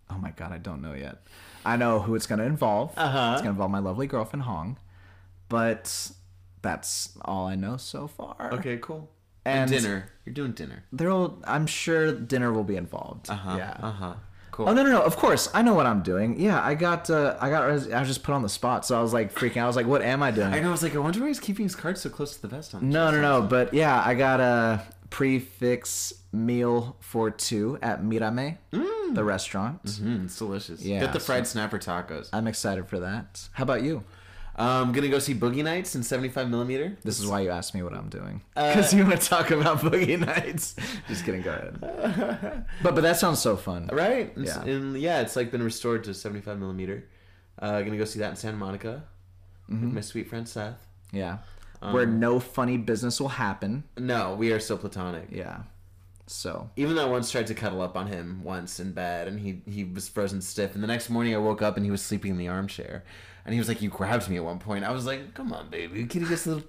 A: Oh my god, I don't know yet. I know who it's gonna involve.
B: Uh-huh.
A: It's gonna involve my lovely girlfriend Hong, but that's all I know so far.
B: Okay, cool.
A: And-
B: And, dinner. You're doing dinner.
A: There'll, I'm sure dinner will be involved.
B: Uh-huh.
A: Yeah.
B: Uh-huh. Cool.
A: Oh no no no! Of course I know what I'm doing. Yeah, I got uh, I got I was just put on the spot, so I was like freaking. out. I was like, what am I doing?
B: I know. I was like, I wonder why he's keeping his cards so close to the vest on.
A: No, no, no. But yeah, I got a prefix meal for two at Mirame, the restaurant.
B: Mm, it's delicious.
A: Yeah,
B: Get the
A: so-
B: fried snapper tacos.
A: I'm excited for that. How about you?
B: I'm gonna go see Boogie Nights in 75 millimeter.
A: This is why you asked me what I'm doing. Because you want to talk about Boogie Nights. Just kidding, go ahead. but but that sounds so fun.
B: Right? It's-
A: Yeah.
B: And yeah, it's like been restored to 75 millimeter. Uh, gonna go see that in Santa Monica
A: Mm-hmm.
B: with my sweet friend Seth.
A: Yeah. Where no funny business will happen.
B: No, we are so platonic.
A: Yeah. So
B: Even though I once tried to cuddle up on him once in bed, and he he was frozen stiff. And the next morning, I woke up and he was sleeping in the armchair, and he was like, "You grabbed me at one point." I was like, "Come on, baby, can you just a little."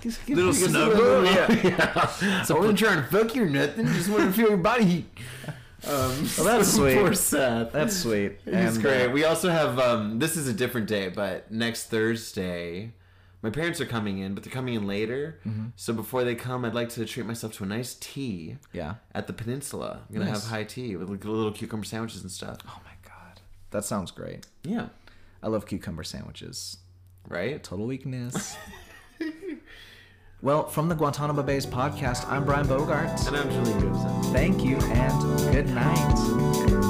B: Just, can you
A: Little
B: just a
A: snuggle,
B: yeah. I wasn't trying to fuck you or nothing. Just wanted to feel your body heat. Um,
A: that's sweet.
B: Poor Seth.
A: that's sweet.
B: It's
A: And,
B: great.
A: uh,
B: we also have um, this is a different day, but next Thursday, my parents are coming in, but they're coming in later.
A: Mm-hmm.
B: So before they come, I'd like to treat myself to a nice tea
A: yeah.
B: at the Peninsula. I'm gonna
A: Nice.
B: have high tea with like, little cucumber sandwiches and stuff.
A: Oh my God. That sounds great.
B: Yeah,
A: I love cucumber sandwiches.
B: right.
A: Total weakness. well, from the Guantanamo Bay's podcast, I'm Brian Bogart.
B: And I'm Julian Gibson.
A: Thank you and good night.